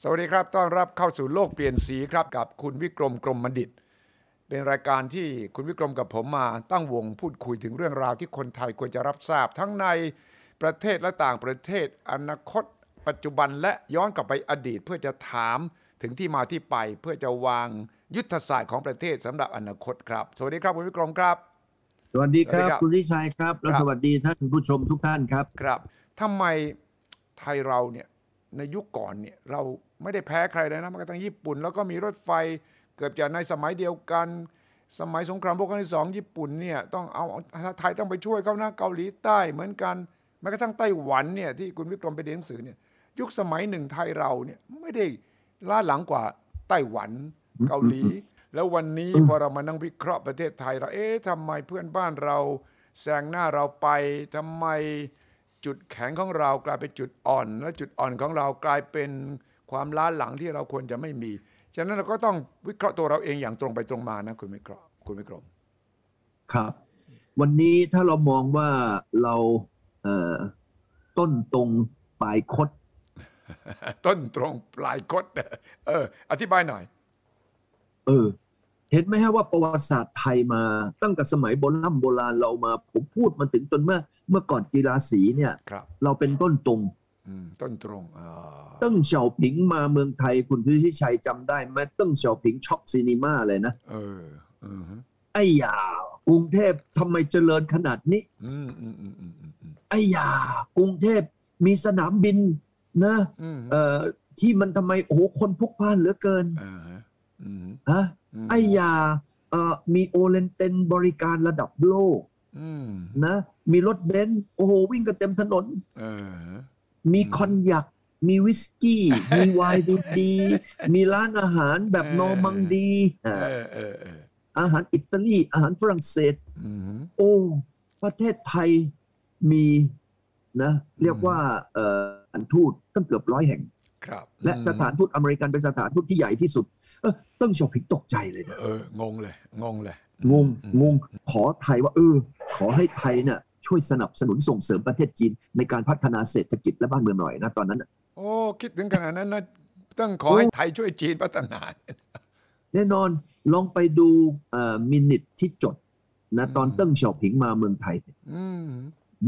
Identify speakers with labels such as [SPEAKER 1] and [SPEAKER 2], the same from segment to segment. [SPEAKER 1] สวัสดีครับ ต้อนรับเข้าสู่โลกเปลี่ยนสีครับ กับคุณวิกรมกรมบัณฑิต เป็นรายการที่คุณวิกรมกับผมมาตั้งวงพูดคุยถึงเรื่องราวที่คนไทยควรจะรับทราบ ทั้งในประเทศและต่างประเทศ อนาคต ปัจจุบันและย้อนกลับไปอดีต เพื่อจะถามถึงที่มาที่ไป เพื่อจะวางยุทธศาสตร์ของประเทศสำหรับอนาคตครับสวัสดีครับคุณวิกรมครับ
[SPEAKER 2] สวัสดีค
[SPEAKER 1] สวั
[SPEAKER 2] รั
[SPEAKER 1] สดี
[SPEAKER 2] บ
[SPEAKER 1] ครับ
[SPEAKER 2] คุณวิชัยครับ และ
[SPEAKER 1] ครับ
[SPEAKER 2] สวัสดีท่านผู้ชมทุกท่านครับ
[SPEAKER 1] ครับทำไมไทยเราเนี่ยในยุคก่อนเนี่ยเราไม่ได้แพ้ใครเลยนะแมันก็ตั้งญี่ปุ่น แล้วก็มีรถไฟเกือบจะในสมัยเดียวกัน สมัยสงครามโลกครั้งที่สองญี่ปุ่นเนี่ยต้องเอาไทยต้องไปช่วยเขานะเกาหลีใต้เหมือนกันแม้กระทั่งไต้หวันเนี่ยที่คุณวิกรมไปเรียนหนังสือเนี่ยยุคสมัยหนึ่งไทยเราเนี่ยไม่ได้ล่าหลังกว่าไต้หวันเกาหลี แล้ววันนี้พอเรามานั่งวิเคราะห์ประเทศไทยเราเอ๊ะทำไมเพื่อนบ้านเราแซงหน้าเราไปทำไม จุดแข็งของเรากลายเป็นจุดอ่อน และจุดอ่อนของเรากลายเป็นความล้าหลังที่เราควรจะไม่มี ฉะนั้นเราก็ต้องวิเคราะห์ตัวเราเองอย่างตรงไปตรงมานะคุณวิเคราะห์คุณวิกรม
[SPEAKER 2] ครับ วันนี้ถ้าเรามองว่าเราเอ่อต้นตรงปลายคด
[SPEAKER 1] ต้นตรงปลายคด เออ อธิบายหน่อย
[SPEAKER 2] เออ เห็นไหมฮะว่าประวัติศาสตร์ไทยมา ตั้งแต่สมัยโบราณโบราณเรามา ผมพูดมาถึงจนเมื่อ เมื่อก่อนกีฬาสีเนี่ย
[SPEAKER 1] ครับ
[SPEAKER 2] เราเป็นต้นตรง
[SPEAKER 1] อืมต้นตรงอ่า
[SPEAKER 2] เตั้งเฉาผิงมาเมืองไทยคุณพิชัยจำได้ไหมเตั้งเฉาผิงช็อปซีนีมาเลยนะ
[SPEAKER 1] เอออืมฮึ
[SPEAKER 2] ไอ้ยากรุงเทพทำไมเจริญขนาดนี้
[SPEAKER 1] อืมอืมอืมอืมอืมอืม
[SPEAKER 2] ไอ้ยากรุงเทพมีสนามบินนะ
[SPEAKER 1] อืม
[SPEAKER 2] เอ่อที่มันทำไมโอ้โหคนพลุกพล่านเหลือเกิน
[SPEAKER 1] อ่าฮะอืม
[SPEAKER 2] ฮะ
[SPEAKER 1] ม
[SPEAKER 2] ไอ้ยาเอ่อมีโอเลนเตนบริการระดับโลก
[SPEAKER 1] อืม
[SPEAKER 2] นะมีรถเบนซ์โอ้โหวิ่งกันเต็มถนน
[SPEAKER 1] เออฮะ
[SPEAKER 2] มี
[SPEAKER 1] อืม
[SPEAKER 2] คอนยัก มีวิสกี้ มีไวน์ดีๆมีร้านอาหารแบบ
[SPEAKER 1] เออ
[SPEAKER 2] นอร์มังดี
[SPEAKER 1] เอ
[SPEAKER 2] อ่า
[SPEAKER 1] อเออเออ
[SPEAKER 2] อาหารอิตาลี อาหารฝรั่งเศส
[SPEAKER 1] อืมฮึ
[SPEAKER 2] โอ้ ประเทศไทยมีนะ เรียก
[SPEAKER 1] อืม
[SPEAKER 2] ว่าเอ่อสถานทูตตั้งเกือบร้อยแห่ง
[SPEAKER 1] ครับ
[SPEAKER 2] และ
[SPEAKER 1] อืม
[SPEAKER 2] สถานทูตอเมริกันเป็นสถานทูตที่ใหญ่ที่สุด เออเตั้งเฉาผิงตกใจเลยนะ
[SPEAKER 1] เอองงเลยงงเลย
[SPEAKER 2] งง
[SPEAKER 1] อืม
[SPEAKER 2] งง ขอไทยว่า เออ ขอให้ไทยน่ะช่วยสนับสนุนส่งเสริมประเทศจีน ในการพัฒนาเศรษฐกิจและบ้านเมืองหน่อยนะ ตอนนั้นน่ะ
[SPEAKER 1] โอ้คิดถึงขนาดนั้นนะต้องขอให้
[SPEAKER 2] โอ้
[SPEAKER 1] ไทยช่วยจีนพัฒนา
[SPEAKER 2] แน่นอนลองไปดูมินิทที่จดนะตอน
[SPEAKER 1] อืม
[SPEAKER 2] เตั้งเฉาผิงมาเมืองไทย
[SPEAKER 1] อืม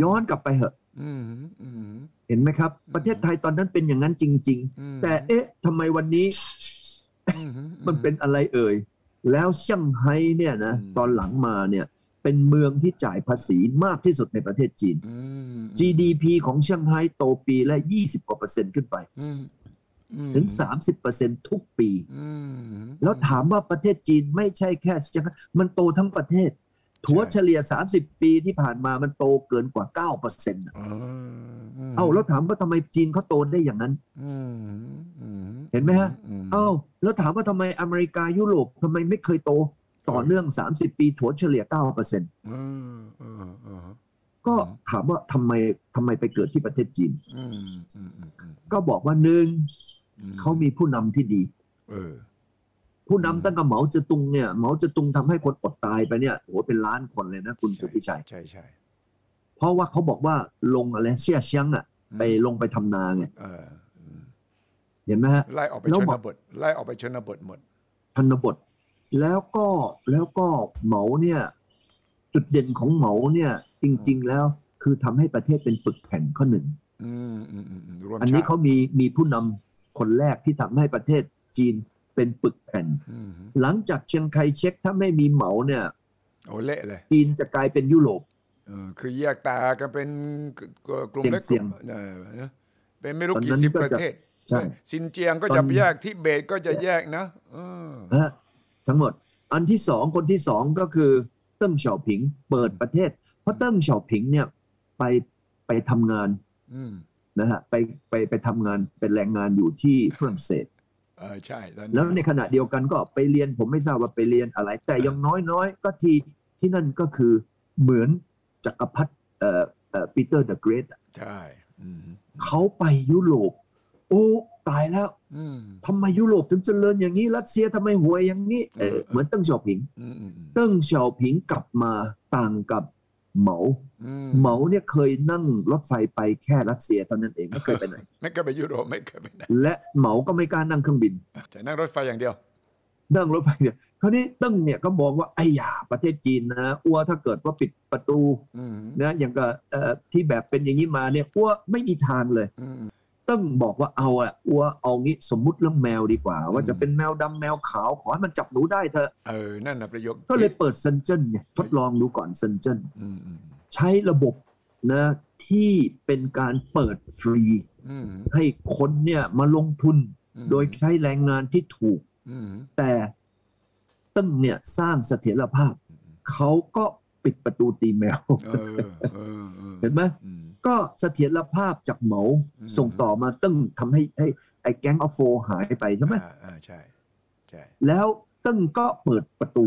[SPEAKER 2] ย้อนกลับไปเหอะ
[SPEAKER 1] อืมอืม
[SPEAKER 2] เห็นไหมครับ ประเทศไทยตอนนั้นเป็นอย่างนั้นจริง
[SPEAKER 1] อืม
[SPEAKER 2] ๆ แต่เอ๊ะทำไมวันนี้
[SPEAKER 1] อือื
[SPEAKER 2] มันเป็นอะไรเอ่ย แล้วเซี่ยงไฮ้เนี่ยนะ
[SPEAKER 1] อืม
[SPEAKER 2] ตอนหลังมาเนี่ยเป็นเมืองที่จ่ายภาษีมากที่สุดในประเทศจีน
[SPEAKER 1] อืม
[SPEAKER 2] GDP ของเซี่ยงไฮ้โตปีละ 20 กว่าเปอร์เซ็นต์ขึ้นไป
[SPEAKER 1] อืมอืม
[SPEAKER 2] ถึง 30เปอร์เซ็นต์ทุกปี
[SPEAKER 1] อืม
[SPEAKER 2] แล้วถามว่าประเทศจีนไม่ใช่แค่เซี่ยงไฮ้มันโตทั้งประเทศ ถัว
[SPEAKER 1] ใช่
[SPEAKER 2] เฉลี่ย 30 ปีที่ผ่านมามันโตเกินกว่า9เปอร์เซ็นต์
[SPEAKER 1] อ๋อม
[SPEAKER 2] เอ้าแล้วถามว่าทำไมจีนเขาโตได้อย่างนั้น
[SPEAKER 1] อืมอืม
[SPEAKER 2] เห็นไหมฮะ
[SPEAKER 1] อืม
[SPEAKER 2] เอ้าแล้วถามว่าทำไมอเมริกายุโรปทำไมไม่เคยโตต่อเนื่อง 30 ปีถัวเฉลี่ย9เปอร์เซ็นต์
[SPEAKER 1] เออเออเออ
[SPEAKER 2] ก็
[SPEAKER 1] อืม
[SPEAKER 2] ถามว่าทำไมทำไมไปเกิดที่ประเทศจีน
[SPEAKER 1] อืมอืมอืมอืม
[SPEAKER 2] ก็บอกว่าหนึ่ง
[SPEAKER 1] อื
[SPEAKER 2] เขามีผู้นำที่ดี
[SPEAKER 1] เออ
[SPEAKER 2] ผู้นำ
[SPEAKER 1] อืม
[SPEAKER 2] ตั้งแต่เหมาเจ๋อตุงเนี่ยเหมาเจ๋อตุงทำให้คนอดตายไปเนี่ยโอ้โหเป็นล้านคนเลยนะคุณสุทธิชัย
[SPEAKER 1] ใช่ใช่
[SPEAKER 2] เพราะว่าเขาบอกว่าลงอะไรเชี่ยเชียงอ่ะไปลงไปทำนาไง
[SPEAKER 1] เอออืม
[SPEAKER 2] เห็นไหมฮะ
[SPEAKER 1] ไล่ออกไป
[SPEAKER 2] แล้ว
[SPEAKER 1] ช
[SPEAKER 2] หม
[SPEAKER 1] น
[SPEAKER 2] อ
[SPEAKER 1] บทไล่ออกไปชนบทหมด
[SPEAKER 2] พันบท แล้วก็แล้วก็เหมาเนี่ย จุดเด่นของเหมาเนี่ย จริง ๆ แล้วคือทำให้ประเทศเป็นปึกแผ่นข้อหนึ่ง
[SPEAKER 1] อืมอืมอืมอืมรวม
[SPEAKER 2] อันนี้
[SPEAKER 1] ชาติ
[SPEAKER 2] เขามีมีผู้นำคนแรกที่ทำให้ประเทศจีนเป็นปึกแผ่น
[SPEAKER 1] อืมฮึ
[SPEAKER 2] หลังจากเชียงไคเช็คถ้าไม่มีเหมาเนี่ย
[SPEAKER 1] โอ้เละเลย
[SPEAKER 2] จีนจะกลายเป็นยุโรป
[SPEAKER 1] เออคือแยกตากันเป็นกลุ่มเล็กก
[SPEAKER 2] เสี่
[SPEAKER 1] ลุ่
[SPEAKER 2] ย
[SPEAKER 1] ม
[SPEAKER 2] ง
[SPEAKER 1] เออนะเป็นไม่รู้
[SPEAKER 2] ตอน
[SPEAKER 1] กี่
[SPEAKER 2] นั้น
[SPEAKER 1] สิบ
[SPEAKER 2] ก็
[SPEAKER 1] ป
[SPEAKER 2] จะ
[SPEAKER 1] ระเทศ
[SPEAKER 2] ใช่
[SPEAKER 1] เออซินเจียงก็
[SPEAKER 2] ตอน
[SPEAKER 1] จะแยกทิเบตก็จะแยกนะเออ
[SPEAKER 2] นะฮะทั้งหมด อันที่สองคนที่สองก็คือเติ้งเฉาผิงเปิดประเทศ เพราะเติ้งเฉาผิงเนี่ยไปไปทำงาน
[SPEAKER 1] อืม
[SPEAKER 2] นะฮะไปไปไปทำงานเป็นแรงงานอยู่ที่ฝรั่งเศส
[SPEAKER 1] เออใช่ตอน
[SPEAKER 2] แล้วใน
[SPEAKER 1] นี้
[SPEAKER 2] ขณะเดียวกันก็ไปเรียนผมไม่ทราบว่าไปเรียนอะไร แต่อยังน้อยๆ ก็ที่ที่นั่นก็คือเหมือนจักรพรรดิเอ่อเอ่อปีเตอร์เดอะเกรท
[SPEAKER 1] ใช่อืม
[SPEAKER 2] เขาไปยุโรปโอ้ตายแล้ว
[SPEAKER 1] อืม
[SPEAKER 2] ทำไมยุโรปถึงเจริญอย่างนี้ รัสเซียทำไมห่วยอย่างนี้เออ
[SPEAKER 1] เออ
[SPEAKER 2] เหมือนเติ้งเฉาผิง
[SPEAKER 1] อืมอืมอืม
[SPEAKER 2] เติ้งเฉาผิงกลับมาต่างกับ เหมา
[SPEAKER 1] อืม
[SPEAKER 2] เหมาเนี่ยเคยนั่งรถไฟไปแค่รัสเซียเท่านั้นเองไม่เคยไปไหน
[SPEAKER 1] ไม่เคยไปยุโรปไม่เคยไปไหน
[SPEAKER 2] และเหมาก็ไม่กล้านั่งเครื่องบิน
[SPEAKER 1] แต่นั่งรถไฟอย่างเดียว
[SPEAKER 2] นั่งรถไฟเนี่ยคราวนี้ตึ้งเนี่ยก็มองว่าไอ้ยาประเทศจีนนะอ้วถ้าเกิดว่าปิดประตู
[SPEAKER 1] อืม
[SPEAKER 2] นะอย่างกับเอ่อที่แบบเป็นอย่างนี้มาเนี่ยอ้วไม่มีทางเลย
[SPEAKER 1] อืม
[SPEAKER 2] ตึ้งบอกว่าเอาอะอ้วเอางี้สมมุติเรื่องแมวดีกว่า ว่า
[SPEAKER 1] อืม
[SPEAKER 2] จะเป็นแมวดำแมวขาวขอให้มันจับหนูได้เถอะ
[SPEAKER 1] เออนั่นนะประโยค
[SPEAKER 2] ก็เลยเปิดเซนเจนเนี่ยทดลองดูก่อนเซนเจน
[SPEAKER 1] อืมอืม
[SPEAKER 2] ใช้ระบบนะที่เป็นการเปิดฟรี
[SPEAKER 1] อืม
[SPEAKER 2] ให้คนเนี่ยมาลงทุน
[SPEAKER 1] อืม
[SPEAKER 2] โดยใช้แรงงานที่ถูก
[SPEAKER 1] อืม
[SPEAKER 2] แต่ตึ้งเนี่ยสร้างเสถียรภาพ เขาก็ปิดประตูตีแมว
[SPEAKER 1] เออเออออ
[SPEAKER 2] เห็นไหม
[SPEAKER 1] อืม
[SPEAKER 2] ก็เสถียรภาพจากเหมา
[SPEAKER 1] อืม
[SPEAKER 2] ส่งต่อมาตึ้งทำให้ให้ไอ้แก๊งออฟโฟหายไปใช่ไหม
[SPEAKER 1] อ่าอ่าใช่ใช่
[SPEAKER 2] แล้วตึ้งก็เปิดประตู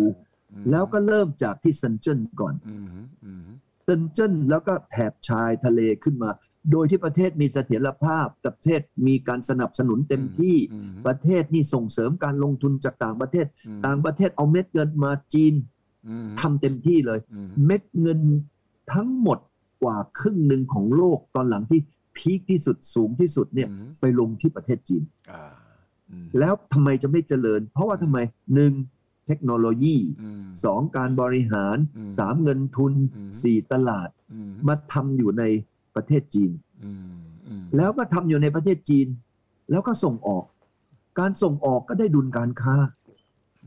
[SPEAKER 1] อืม
[SPEAKER 2] แล้วก็เริ่มจากที่เซนเจิ้นก่อน
[SPEAKER 1] อืมอืม
[SPEAKER 2] เซนเจิ้นแล้วก็แถบชายทะเลขึ้นมา โดยที่ประเทศมีเสถียรภาพประเทศมีการสนับสนุนเต็มที่
[SPEAKER 1] อืม
[SPEAKER 2] ประเทศนี่ส่งเสริมการลงทุนจากต่างประเทศ
[SPEAKER 1] อืม
[SPEAKER 2] ต่างประเทศเอาเม็ดเงินมาจีน
[SPEAKER 1] อืม
[SPEAKER 2] ทำเต็มที่เลย
[SPEAKER 1] อืม
[SPEAKER 2] เม็ดเงินทั้งหมดกว่าครึ่งหนึ่งของโลกตอนหลังที่พีคที่สุดสูงที่สุดเนี่ย
[SPEAKER 1] อืม
[SPEAKER 2] ไปลงที่ประเทศจีน
[SPEAKER 1] อ่าอืม
[SPEAKER 2] แล้วทำไมจะไม่เจริญ เพราะว่าทำไมหนึ่งเทคโนโลยี
[SPEAKER 1] อืม
[SPEAKER 2] สองการบริหาร
[SPEAKER 1] อืม
[SPEAKER 2] สามเงินทุน
[SPEAKER 1] อืม
[SPEAKER 2] สี่ตลาด
[SPEAKER 1] อืม
[SPEAKER 2] มาทำอยู่ในประเทศจีน
[SPEAKER 1] อืมอืม
[SPEAKER 2] แล้วก็ทำอยู่ในประเทศจีน แล้วก็ส่งออก การส่งออกก็ได้ดุลการค้า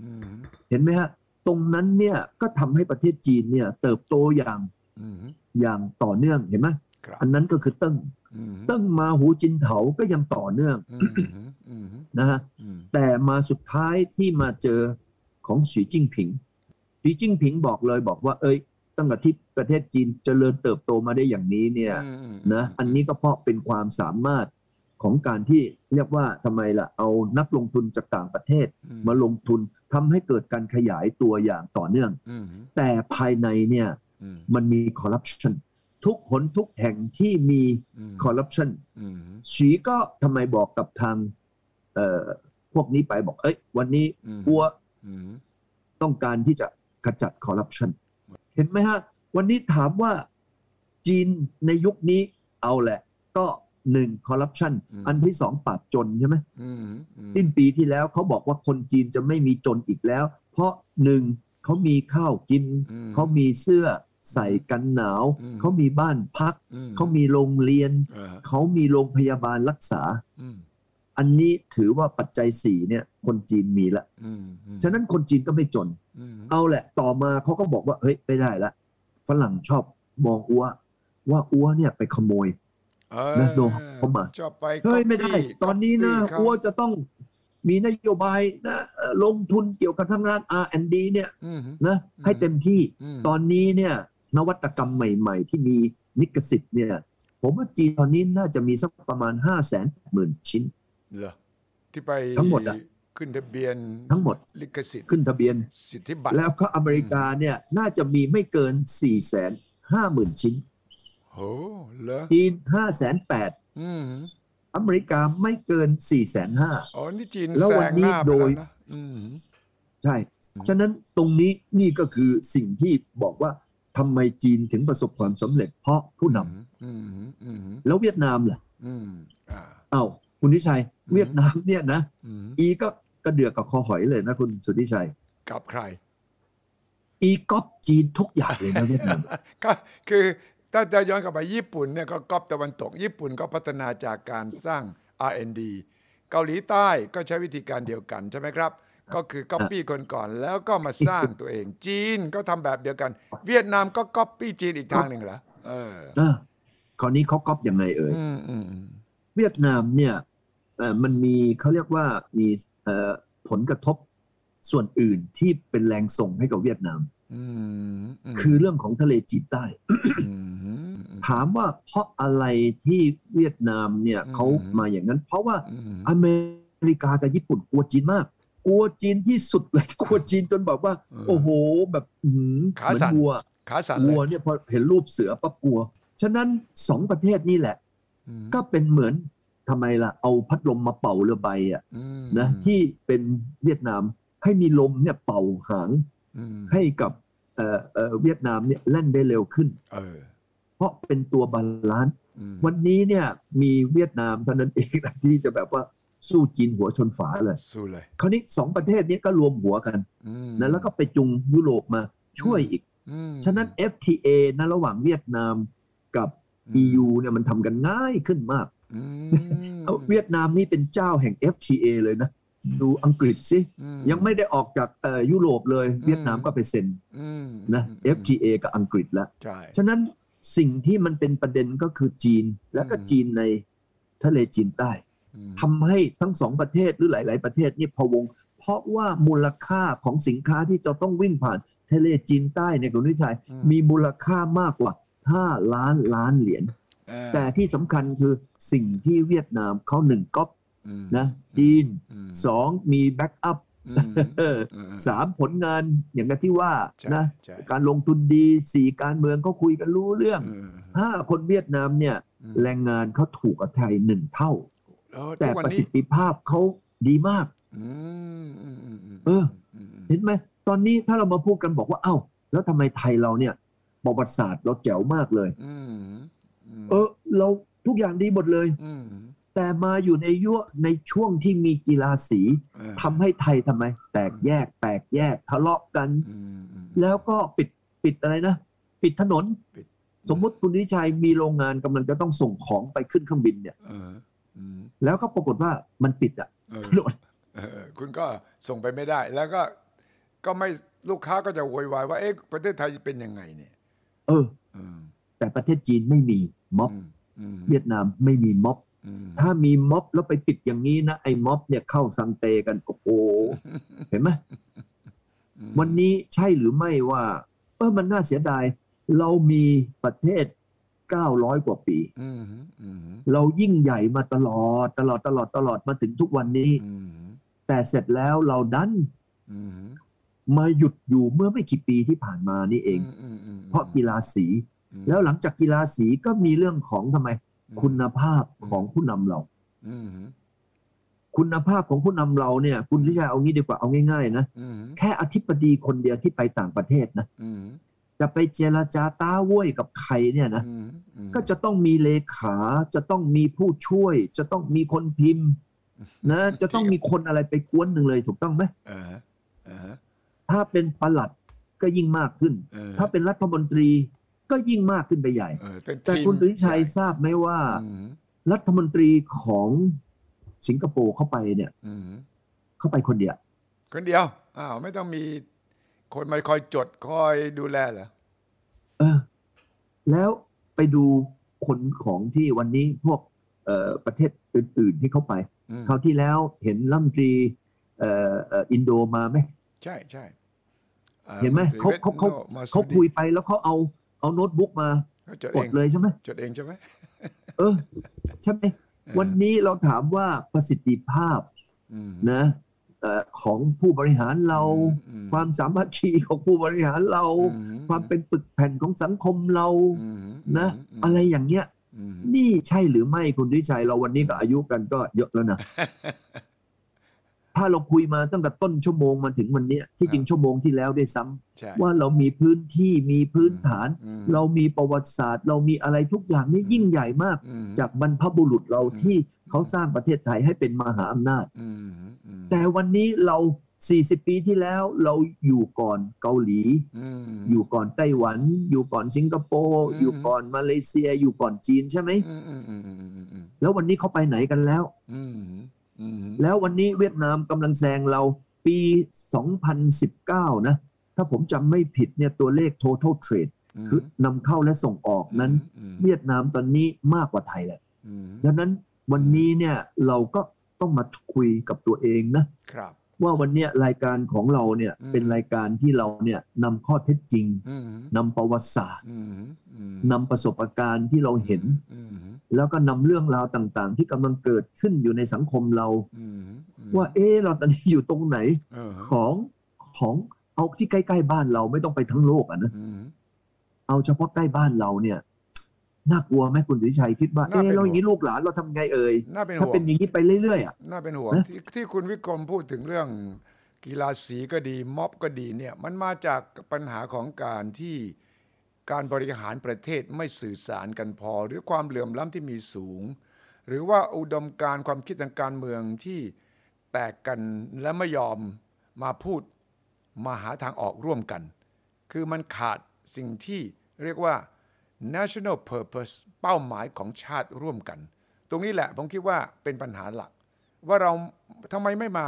[SPEAKER 1] อืม
[SPEAKER 2] เห็นไหมฮะตรงนั้นเนี่ยก็ทำให้ประเทศจีนเนี่ยเติบโตอย่าง
[SPEAKER 1] อืม
[SPEAKER 2] อย่างต่อเนื่องเห็นไหม
[SPEAKER 1] ครับ
[SPEAKER 2] อันนั้นก็คือเติ้ง
[SPEAKER 1] อืม
[SPEAKER 2] เติ้งมาหูจินเถาก็ยังต่อเนื่อง
[SPEAKER 1] อืมอืม
[SPEAKER 2] นะฮะ
[SPEAKER 1] อืม
[SPEAKER 2] แต่มาสุดท้ายที่มาเจอของสีจิ้งผิงสีจิ้งผิงบอกเลยบอกว่า เอ้ยตั้งแต่ที่ประเทศจีนเจริญเติบโตมาได้อย่างนี้เนี่ย
[SPEAKER 1] อืมอืม
[SPEAKER 2] นะอันนี้ก็เพราะเป็นความสามารถของการที่เรียกว่าทำไมล่ะเอานักลงทุนจากต่างประเทศ
[SPEAKER 1] อื
[SPEAKER 2] มาลงทุนทำให้เกิดการขยายตัวอย่างต่อเนื่อง
[SPEAKER 1] อืม
[SPEAKER 2] แต่ภายในเนี่ย
[SPEAKER 1] อืม
[SPEAKER 2] มันมีคอร์รัปชันทุกหนทุกแห่งที่มี
[SPEAKER 1] อืม
[SPEAKER 2] คอร์รัปชัน
[SPEAKER 1] อืม
[SPEAKER 2] ฉีก็ทำไมบอกกับทางเอ่อพวกนี้ไปบอก เอ้ย วันนี้
[SPEAKER 1] อืม
[SPEAKER 2] อัว
[SPEAKER 1] อืม
[SPEAKER 2] ต้องการที่จะขจัดคอร์รัปชันเห็นไหมฮะ วันนี้ถามว่าจีนในยุคนี้เอาแหละ ก็หนึ่งคอร์รัปชันอันที่สองปราบจนใช่ไหม
[SPEAKER 1] อืมอืม
[SPEAKER 2] สิ้นปีที่แล้วเขาบอกว่าคนจีนจะไม่มีจนอีกแล้ว เพราะหนึ่งเขามีข้าวกิน
[SPEAKER 1] อืม
[SPEAKER 2] เขามีเสื้อใส่กันหนาว
[SPEAKER 1] อืม
[SPEAKER 2] เขามีบ้านพัก
[SPEAKER 1] อื
[SPEAKER 2] เขามีโรงเรียน
[SPEAKER 1] เออ
[SPEAKER 2] เขามีโรงพยาบาลรักษา
[SPEAKER 1] อืม
[SPEAKER 2] อันนี้ถือว่าปัจจัยสี่เนี่ยคนจีนมีละ
[SPEAKER 1] อืมอืม
[SPEAKER 2] ฉะนั้นคนจีนก็ไม่จน
[SPEAKER 1] อืม
[SPEAKER 2] เอาแหละ ต่อมาเขาก็บอกว่า เฮ้ยไม่ได้ละ ฝรั่งชอบมองอัวว่าอัวเนี่ยไปขโมย
[SPEAKER 1] เอ
[SPEAKER 2] นะ
[SPEAKER 1] อ
[SPEAKER 2] โดนเข้ามา
[SPEAKER 1] ชอบไป
[SPEAKER 2] เฮ้ย
[SPEAKER 1] copy
[SPEAKER 2] ไม่ได้ ตอนนี้นะ
[SPEAKER 1] copy เขา
[SPEAKER 2] อัวจะต้องมีนโยบายนะเอ่อลงทุนเกี่ยวกับทางด้าน R&D เนี่ย
[SPEAKER 1] อืม
[SPEAKER 2] นะให้เต็มที่
[SPEAKER 1] ม
[SPEAKER 2] ตอนนี้เนี่ยนวัตกรรมใหม่ ๆ ที่มีนิกสิทธิ์เนี่ยผมว่าจีนตอนนี้น่าจะมีสักประมาณ 5 0 0 0 0 0 0 ชิ้น
[SPEAKER 1] เหรอที่ไป
[SPEAKER 2] ทั้งหมดอะ
[SPEAKER 1] ขึ้นทะเบียน
[SPEAKER 2] ทั้งหมด
[SPEAKER 1] ลิขสิทธิ์
[SPEAKER 2] ขึ้นทะเบียน
[SPEAKER 1] สิทธิบัตร
[SPEAKER 2] แล้วก็อเมริกาเนี่ยน่าจะมีไม่เกิน 4 5 0 0 0 0 ชิ้น
[SPEAKER 1] โหเหรอ
[SPEAKER 2] จีน 5 8 0 0 0
[SPEAKER 1] อืม
[SPEAKER 2] 0อเมริกาไม่เกิน 4 5 0 0 0
[SPEAKER 1] อ๋อ นี่จีน
[SPEAKER 2] แล้ว
[SPEAKER 1] แซ
[SPEAKER 2] วัน
[SPEAKER 1] ง
[SPEAKER 2] นี้
[SPEAKER 1] หน้าไป
[SPEAKER 2] โด
[SPEAKER 1] แล้ว
[SPEAKER 2] ย
[SPEAKER 1] นะอืม
[SPEAKER 2] ใช่
[SPEAKER 1] อืม
[SPEAKER 2] ฉะนั้นตรงนี้นี่ก็คือสิ่งที่บอกว่าทำไมจีนถึงประสบความสำเร็จเพราะผู้นำ
[SPEAKER 1] อืมอืม
[SPEAKER 2] แล้วเวียดนามล่ะ
[SPEAKER 1] อืมอ่า
[SPEAKER 2] เอ้าคุณทิชัย
[SPEAKER 1] อืม
[SPEAKER 2] เวียดนามเนี่ยนะ
[SPEAKER 1] อืม
[SPEAKER 2] อีก็กระเดือกกับคอหอยเลยนะคุณสุทธิชัย
[SPEAKER 1] กับใคร
[SPEAKER 2] อีก๊อปจีนทุกอย่างเลยนะเวียดนาม
[SPEAKER 1] ก็คือถ้าจะย้อนกลับไปญี่ปุ่นเนี่ยก็ก๊อปตะวันตก ญี่ปุ่นก็พัฒนาจากการสร้าง R&D เกาหลีใต้ก็ใช้วิธีการเดียวกันใช่ไหมครับ ก็คือก๊อปปี้คนก่อนแล้วก็มาสร้างตัวเอง จีนก็ทำแบบเดียวกัน เวียดนามก็ก๊อปปี้จีนอีกทางหนึ่งเหรอเออ
[SPEAKER 2] เออคราวนี้เขาก๊อปยังไงเอ่ย
[SPEAKER 1] อืมอืมอืม
[SPEAKER 2] เวียดนามเนี่ยเอ่อมันมีเขาเรียกว่ามีเอ่อผลกระทบส่วนอื่นที่เป็นแรงส่งให้กับเวียดนาม
[SPEAKER 1] อืมม
[SPEAKER 2] คือเรื่องของทะเลจีนใต้
[SPEAKER 1] อืมอืมอืม
[SPEAKER 2] ถามว่าเพราะอะไรที่เวียดนามเนี่ย
[SPEAKER 1] อืม
[SPEAKER 2] เขามาอย่างนั้น เพราะว่า
[SPEAKER 1] อืม
[SPEAKER 2] อเมริกากับญี่ปุ่นกลัวจีนมาก กลัวจีนที่สุดเลย กลัวจีนจนแบบว่า โอ้โหแบบอื้อหือเหมือนวัว
[SPEAKER 1] ขาสั่นเล
[SPEAKER 2] วัวย เนี่ยพอเห็นรูปเสือปั๊บกลัว ฉะนั้นสองประเทศนี่แหละ
[SPEAKER 1] อืม
[SPEAKER 2] ก็เป็นเหมือนทำไมล่ะ เอาพัดลมมาเป่าเรือใบอ่ะ
[SPEAKER 1] อืม
[SPEAKER 2] นะที่เป็นเวียดนามให้มีลมเนี่ยเป่าหาง
[SPEAKER 1] อืม
[SPEAKER 2] ให้กับ เอ่อเอ่อเวียดนามเนี่ยเล่นได้เร็วขึ้น
[SPEAKER 1] เออ
[SPEAKER 2] เพราะเป็นตัวบาลานซ์
[SPEAKER 1] อืม
[SPEAKER 2] วันนี้เนี่ยมีเวียดนามเท่านั้นเองนะที่จะแบบว่าสู้จีนหัวชนฝาเลย
[SPEAKER 1] สู้เลย
[SPEAKER 2] คราวนี้สองประเทศเนี้ก็รวมหัวกัน
[SPEAKER 1] อืม
[SPEAKER 2] นะแล้วก็ไปจุงยุโรปมาช่วยอีก
[SPEAKER 1] อืม
[SPEAKER 2] ฉะนั้น FTA นะระหว่างเวียดนามกับ
[SPEAKER 1] อืม
[SPEAKER 2] EU เนี่ยมันทำกันง่ายขึ้นมาก
[SPEAKER 1] อืม
[SPEAKER 2] เอาเวียดนามนี่เป็นเจ้าแห่ง FTA เลยนะ ดูอังกฤษสิ
[SPEAKER 1] อื
[SPEAKER 2] ยังไม่ได้ออกจากเอ่อยุโรปเลย
[SPEAKER 1] อืม
[SPEAKER 2] เวียดนามก็ไปเซ็น
[SPEAKER 1] อืม
[SPEAKER 2] นะ
[SPEAKER 1] อืม
[SPEAKER 2] FTA กับอังกฤษแล้ว
[SPEAKER 1] ใช่
[SPEAKER 2] ฉะนั้นสิ่งที่มันเป็นประเด็นก็คือจีน และก็
[SPEAKER 1] อืม
[SPEAKER 2] จีนในทะเลจีนใต้
[SPEAKER 1] อืม
[SPEAKER 2] ทำให้ทั้งสองประเทศหรือหลาย ๆ ประเทศเนี่ยพะวง เพราะว่ามูลค่าของสินค้าที่จะต้องวิ่งผ่านทะเลจีนใต้ในยคุณวิชัย
[SPEAKER 1] อื
[SPEAKER 2] มีมูลค่ามากกว่า 5 ล้านล้านเหรียญ
[SPEAKER 1] เออ
[SPEAKER 2] แต่ที่สำคัญคือสิ่งที่เวียดนามเขาหนึ่งก๊อป
[SPEAKER 1] อืม
[SPEAKER 2] นะจีน
[SPEAKER 1] อืม
[SPEAKER 2] สองมีแบ็กอัพ
[SPEAKER 1] อืม
[SPEAKER 2] เออ
[SPEAKER 1] อืม
[SPEAKER 2] สามผลงานอย่างกับที่ว่า
[SPEAKER 1] ใช่
[SPEAKER 2] นะ
[SPEAKER 1] ใช่
[SPEAKER 2] การลงทุนดีสี่การเมืองเขาคุยกันรู้เรื่อง
[SPEAKER 1] อืม
[SPEAKER 2] ห้าคนเวียดนามเนี่ย
[SPEAKER 1] อืม
[SPEAKER 2] แรงงานเขาถูกกับไทยหนึ่งเท่า
[SPEAKER 1] ล้ว
[SPEAKER 2] แต่
[SPEAKER 1] ทุกวัน
[SPEAKER 2] ประ
[SPEAKER 1] นี้
[SPEAKER 2] สิทธิภาพเขาดีมาก
[SPEAKER 1] อืมอืมอืมอืม
[SPEAKER 2] เอ
[SPEAKER 1] ม
[SPEAKER 2] อ
[SPEAKER 1] อืม
[SPEAKER 2] เห็นไหมตอนนี้ถ้าเรามาพูดกันบอกว่าเอ้า แล้วทำไมไทยเราเนี่ยประวัติศาสตร์เราแจ๋วมากเลย
[SPEAKER 1] อืมม
[SPEAKER 2] เออเราทุกอย่างดีหมดเลย
[SPEAKER 1] ม
[SPEAKER 2] แต่มาอยู่ในยุคในช่วงที่มีกีฬาสี
[SPEAKER 1] เออ
[SPEAKER 2] ทำให้ไทยทำไม แตกแยก แตกแยกทะเลาะกัน
[SPEAKER 1] อืมอืม
[SPEAKER 2] แล้วก็ปิดปิดอะไรนะ ปิดถนน
[SPEAKER 1] ปิด
[SPEAKER 2] สมมุติคุณวิชัยมีโรงงานกำลังจะต้องส่งของไปขึ้นเครื่องบินเนี่ย
[SPEAKER 1] เอออืม
[SPEAKER 2] แล้วก็ปรากฏว่ามันปิดอะ
[SPEAKER 1] เออ
[SPEAKER 2] ถนน
[SPEAKER 1] เออคุณก็ส่งไปไม่ได้ แล้วก็ก็ไม่ลูกค้าก็จะโวยวายว่าเอ๊ะประเทศไทยเป็นยังไงเนี่ย
[SPEAKER 2] เออ
[SPEAKER 1] อืม
[SPEAKER 2] แต่ประเทศจีนไม่มีม็อบ
[SPEAKER 1] อืมอืม
[SPEAKER 2] เวียดนามไม่มีม็อบ
[SPEAKER 1] อืม
[SPEAKER 2] ถ้ามีม็อบแล้วไปปิดอย่างนี้นะไอ้ม็อบเนี่ยเข้าสังเตกันโอ้โหเห็นไหม
[SPEAKER 1] อืม
[SPEAKER 2] วันนี้ใช่หรือไม่ว่าเออมันน่าเสียดาย เรามีประเทศ 900 กว่าปี
[SPEAKER 1] อืมอืม
[SPEAKER 2] เรายิ่งใหญ่มาตลอดตลอดตลอดตลอดมาถึงทุกวันนี้
[SPEAKER 1] อืม
[SPEAKER 2] แต่เสร็จแล้วเราดัน
[SPEAKER 1] อืม
[SPEAKER 2] มาหยุดอยู่เมื่อไม่กี่ปีที่ผ่านมานี่เอง
[SPEAKER 1] อืมอืม
[SPEAKER 2] เพราะกีฬาสี
[SPEAKER 1] อืม
[SPEAKER 2] แล้วหลังจากกีฬาสีก็มีเรื่องของทำไม คุณภาพของผู้นำเรา
[SPEAKER 1] อืม
[SPEAKER 2] คุณภาพของผู้นำเราเนี่ย คุณทิชาเอางี้ดีกว่าเอาง่ายๆนะ
[SPEAKER 1] อืม
[SPEAKER 2] แค่อธิบดีคนเดียวที่ไปต่างประเทศนะ
[SPEAKER 1] อืม
[SPEAKER 2] จะไปเจรจาต้าเว้ยกับใครเนี่ยนะ
[SPEAKER 1] อืมอืม
[SPEAKER 2] ก็จะต้องมีเลขา จะต้องมีผู้ช่วย จะต้องมีคนพิมพ์นะ จะต้องมีคนอะไรไปกวนหนึ่งเลยถูกต้องไหม
[SPEAKER 1] เออเออ
[SPEAKER 2] ถ้าเป็นประหลัดก็ยิ่งมากขึ้น
[SPEAKER 1] เออ
[SPEAKER 2] ถ้าเป็นรัฐมนตรีก็ยิ่งมากขึ้นไปใหญ่
[SPEAKER 1] เออเป็น
[SPEAKER 2] แต่
[SPEAKER 1] ทีม
[SPEAKER 2] คุณตุวิชัยทราบไหมว่า
[SPEAKER 1] อืม
[SPEAKER 2] รัฐมนตรีของสิงคโปร์เข้าไปเนี่ย
[SPEAKER 1] อืม
[SPEAKER 2] เข้าไปคนเดียว
[SPEAKER 1] คนเดียวอ้าวไม่ต้องมีคนมาคอยจดคอยดูแลเหรอ
[SPEAKER 2] เออ แล้วไปดูคนของที่วันนี้พวกเอ่อประเทศอื่น ๆ ที่เข้าไป
[SPEAKER 1] อืม
[SPEAKER 2] คราวที่แล้วเห็นรัฐมนตรีเอ่อเอ่ออินโดมาไหม
[SPEAKER 1] ใช่ใช่อ่อ
[SPEAKER 2] เห็นไหม
[SPEAKER 1] ตรี
[SPEAKER 2] เขาเขาเขา
[SPEAKER 1] วทโนม
[SPEAKER 2] เขา
[SPEAKER 1] สุดี
[SPEAKER 2] คุยไปแล้วเขาเอาเอาโน้ตบุ๊กมา
[SPEAKER 1] ก็จด
[SPEAKER 2] ก
[SPEAKER 1] เอ
[SPEAKER 2] ด
[SPEAKER 1] ง
[SPEAKER 2] เลยใช่ไหม
[SPEAKER 1] จดเองใช่ไหม
[SPEAKER 2] เออ ใช่ไหม
[SPEAKER 1] เออ
[SPEAKER 2] วันนี้เราถามว่าประสิทธิภาพ
[SPEAKER 1] อืม
[SPEAKER 2] นะเอ่อของผู้บริหารเรา
[SPEAKER 1] อื
[SPEAKER 2] ความสามัคคีของผู้บริหารเรา
[SPEAKER 1] อื
[SPEAKER 2] ความเป็นปึกแผ่นของสังคมเรา
[SPEAKER 1] อืม
[SPEAKER 2] นะ
[SPEAKER 1] ม
[SPEAKER 2] อะไรอย่างเงี้ย
[SPEAKER 1] อืม
[SPEAKER 2] นี่ใช่หรือไม่คุณวิชัยเราวันนี้ก็อายุกันก็เยอะแล้ว นะถ้าเราคุยมาตั้งแต่ต้นชั่วโมงมาถึงวันเนี้ยที่จริงชั่วโมงที่แล้วได้วยซ้ำ
[SPEAKER 1] ใช่
[SPEAKER 2] ว่าเรามีพื้นที่มีพื้นฐาน
[SPEAKER 1] อืม
[SPEAKER 2] เรามีประวัติศาสตร์ เรามีอะไรทุกอย่างนี่
[SPEAKER 1] อืม
[SPEAKER 2] ยิ่งใหญ่มาก
[SPEAKER 1] อืม
[SPEAKER 2] จากบรรพบุรุษเรา
[SPEAKER 1] อืม
[SPEAKER 2] ที่เขาสร้างประเทศไทยให้เป็นมหาอำนาจ
[SPEAKER 1] อืมอืม
[SPEAKER 2] แต่วันนี้เรา 40 ปีที่แล้วเราอยู่ก่อนเกาหลี
[SPEAKER 1] อืม
[SPEAKER 2] อยู่ก่อนไต้หวัน อยู่ก่อนสิงคโปร์
[SPEAKER 1] อืม
[SPEAKER 2] อยู่ก่อนมาเลเซีย อยู่ก่อนจีนใช่ไหม
[SPEAKER 1] อืมอืมอืมอืมอืมอืม
[SPEAKER 2] แล้ววันนี้เขาไปไหนกันแล้ว
[SPEAKER 1] อืมอืม
[SPEAKER 2] แล้ววันนี้เวียดนามกำลังแซงเราปี 2019 นะ ถ้าผมจำไม่ผิดเนี่ยตัวเลข total trade คือนำเข้าและส่งออกนั้น
[SPEAKER 1] อืม
[SPEAKER 2] เวียดนามตอนนี้มากกว่าไทยแหละ
[SPEAKER 1] อืม
[SPEAKER 2] ดังนั้นวันนี้เนี่ยเราก็ต้องมาคุยกับตัวเองนะครับ ว่าวันเนี้ยรายการของเราเนี่ย
[SPEAKER 1] อืม
[SPEAKER 2] เป็นรายการที่เราเนี่ยนำข้อเท็จจริง
[SPEAKER 1] อืม
[SPEAKER 2] นำประวัติศาสตร์
[SPEAKER 1] อืมอืม
[SPEAKER 2] นำประสบการณ์ที่เราเห็น
[SPEAKER 1] อืม
[SPEAKER 2] แล้วก็นำเรื่องราวต่างๆ ที่กำลังเกิดขึ้นอยู่ในสังคมเรา
[SPEAKER 1] อืมอืม
[SPEAKER 2] ว่าเอ๊ะเราตอนนี้อยู่ตรงไหน
[SPEAKER 1] เออ
[SPEAKER 2] ของของเอาที่ใกล้ๆบ้านเราไม่ต้องไปทั้งโลกอ่ะนะ
[SPEAKER 1] อืม
[SPEAKER 2] เอาเฉพาะใกล้บ้านเราเนี่ยน่ากลัวไหมคุณสุวิชัยคิดว่า
[SPEAKER 1] น่า
[SPEAKER 2] เอ๊ะ
[SPEAKER 1] เป็น
[SPEAKER 2] เราอย่างนี้
[SPEAKER 1] ห่วง
[SPEAKER 2] ลูกหลานเราทำไงเอ่ย
[SPEAKER 1] น่าเป็น
[SPEAKER 2] ถ้า
[SPEAKER 1] ห่ว
[SPEAKER 2] เป็
[SPEAKER 1] ง
[SPEAKER 2] นอย่างนี้ไปเรื่อยๆอ่ะ
[SPEAKER 1] น่าเป็นห่วง
[SPEAKER 2] นะ
[SPEAKER 1] ที่ที่คุณวิกรมพูดถึงเรื่อง กีฬาสีก็ดีม็อบก็ดีเนี่ยมันมาจากปัญหาของการที่การบริหารประเทศไม่สื่อสารกันพอ หรือความเหลื่อมล้ำที่มีสูง หรือว่าอุดมการณ์ความคิดทางการเมืองที่แตกกันและไม่ยอมมาพูดมาหาทางออกร่วมกัน คือมันขาดสิ่งที่เรียกว่า national purpose เป้าหมายของชาติร่วมกัน ตรงนี้แหละผมคิดว่าเป็นปัญหาหลัก ว่าเราทำไมไม่มา